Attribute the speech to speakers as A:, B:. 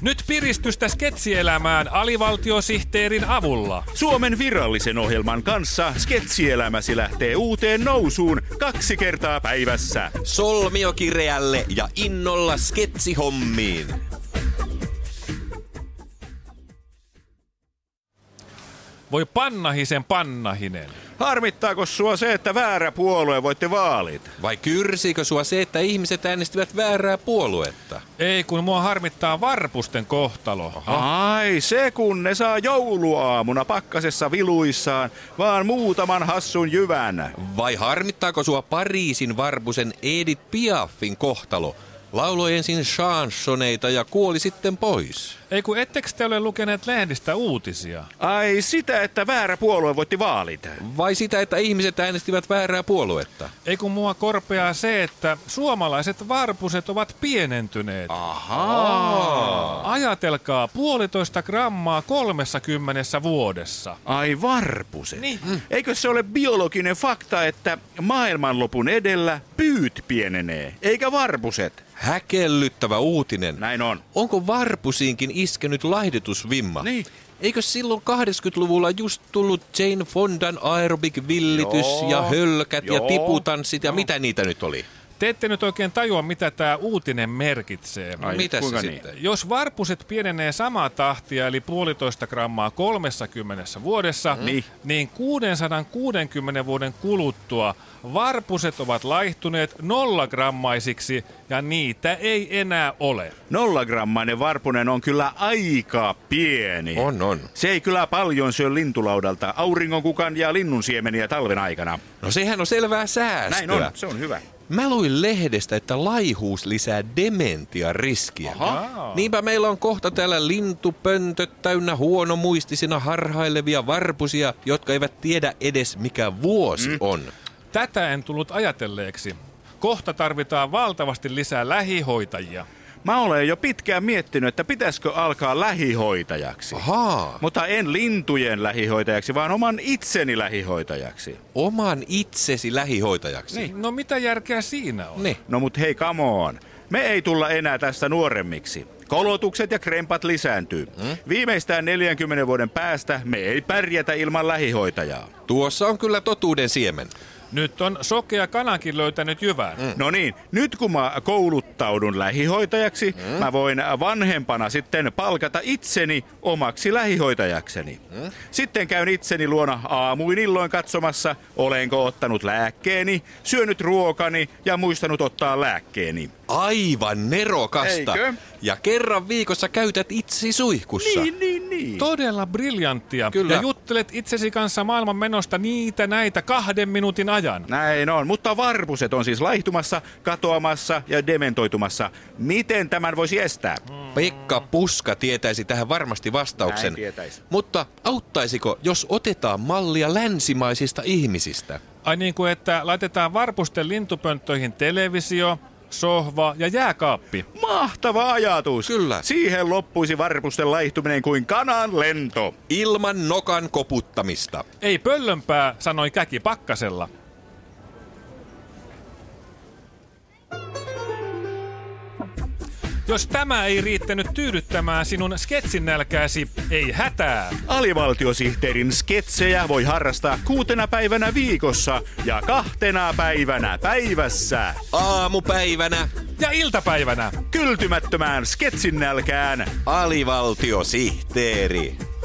A: Nyt piristystä sketsielämään alivaltiosihteerin avulla.
B: Suomen virallisen ohjelman kanssa sketsielämäsi lähtee uuteen nousuun kaksi kertaa päivässä.
C: Solmiokireälle ja innolla sketsihommiin.
A: Voi pannahisen pannahinen.
B: Harmittaako sua se, että väärä puolue voitti vaalit?
C: Vai kyrsiikö sua se, että ihmiset äänestivät väärää puoluetta?
A: Ei kun mua harmittaa varpusten kohtalo.
B: Ai, se kun ne saa jouluaamuna pakkasessa viluissaan, vaan muutaman hassun jyvän.
C: Vai harmittaako sua Pariisin varpusen Edith Piaffin kohtalo? Lauloi ensin chansoneita ja kuoli sitten pois.
A: Ei kun ettekö te ole lukeneet lehdistä uutisia?
B: Ai sitä, että väärä puolue voitti vaalit.
C: Vai sitä, että ihmiset äänestivät väärää puoluetta?
A: Ei kun mua korpeaa se, että suomalaiset varpuset ovat pienentyneet. Ahaa. Ajatelkaa, puolitoista grammaa 30 vuodessa.
B: Ai varpuset. Niin. Eikö se ole biologinen fakta, että maailmanlopun edellä pyyt pienenee, eikä varpuset?
C: Häkellyttävä uutinen.
B: Näin on.
C: Onko varpusiinkin iskenyt laihdetusvimma?
B: Niin.
C: Eikö silloin 80-luvulla just tullut Jane Fondan aerobic-villitys
B: Joo.
C: ja hölkät ja
B: Joo. No.
C: tiputanssit ja mitä niitä nyt oli?
A: Te ette nyt oikein tajua, mitä tämä uutinen merkitsee.
B: Ai,
C: mitä se
B: kuinka niin?
C: sitten?
A: Jos varpuset pienenee samaa tahtia, eli puolitoista grammaa 30 vuodessa,
B: Niin.
A: niin 660 vuoden kuluttua varpuset ovat laihtuneet nollagrammaisiksi ja niitä ei enää ole.
B: Nollagrammainen varpunen on kyllä aika pieni.
C: Niin. On, on.
B: Se ei kyllä paljon syö lintulaudalta, auringonkukan ja linnun siemeniä talven aikana.
C: No sehän on selvää säästöä.
B: Näin on, se on hyvä.
C: Mä luin lehdestä, että laihuus lisää dementiariskiä.
A: Aha.
C: Niinpä meillä on kohta täällä lintupöntöt täynnä huonomuistisina harhailevia varpusia, jotka eivät tiedä edes mikä vuosi mm. on.
A: Tätä en tullut ajatelleeksi. Kohta tarvitaan valtavasti lisää lähihoitajia.
B: Mä olen jo pitkään miettinyt, että pitäisikö alkaa lähihoitajaksi.
C: Ahaa,
B: Mutta en lintujen lähihoitajaksi, vaan oman itseni lähihoitajaksi.
C: oman itsesi lähihoitajaksi.
A: Niin. No mitä järkeä siinä on?
C: Niin.
B: No mut hei, come on. Me ei tulla enää tästä nuoremmiksi. Kolotukset ja krempat lisääntyy. Hmm? Viimeistään 40 vuoden päästä me ei pärjätä ilman lähihoitajaa.
C: Tuossa on kyllä totuuden siemen.
A: Nyt on sokea kanakin löytänyt jyvän.
B: No niin, nyt kun mä kouluttaudun lähihoitajaksi, mm? mä voin vanhempana sitten palkata itseni omaksi lähihoitajakseni. Mm? Sitten käyn itseni luona aamuin illoin katsomassa, olenko ottanut lääkkeeni, syönyt ruokani ja muistanut ottaa lääkkeeni.
C: Aivan nerokasta.
B: Eikö?
C: Ja kerran viikossa käytät itsi suihkussa.
B: niin, niin.
A: Todella briljanttia.
C: Kyllä.
A: Ja juttelet itsesi kanssa maailman menosta niitä näitä kahden minuutin ajan.
B: Näin on, mutta varpuset on siis laihtumassa, katoamassa ja dementoitumassa. Miten tämän voisi estää?
C: Pekka Puska tietäisi tähän varmasti vastauksen.
B: Näin tietäisi.
C: Mutta auttaisiko, jos otetaan mallia länsimaisista ihmisistä?
A: Ai niin kuin, että laitetaan varpusten lintupönttöihin televisio, sohva ja jääkaappi.
B: Mahtava ajatus!
C: Kyllä.
B: Siihen loppuisi varpusten laihtuminen kuin kanan lento.
C: Ilman nokan koputtamista.
A: Ei pöllömpää, sanoi Käki Pakkasella. Jos tämä ei riittänyt tyydyttämään sinun sketsinälkääsi, ei hätää.
B: Alivaltiosihteerin sketsejä voi harrastaa kuutena päivänä viikossa ja kahtena päivänä päivässä.
C: Aamupäivänä
A: Ja iltapäivänä
B: Kyltymättömään sketsin nälkään.
C: alivaltiosihteeri.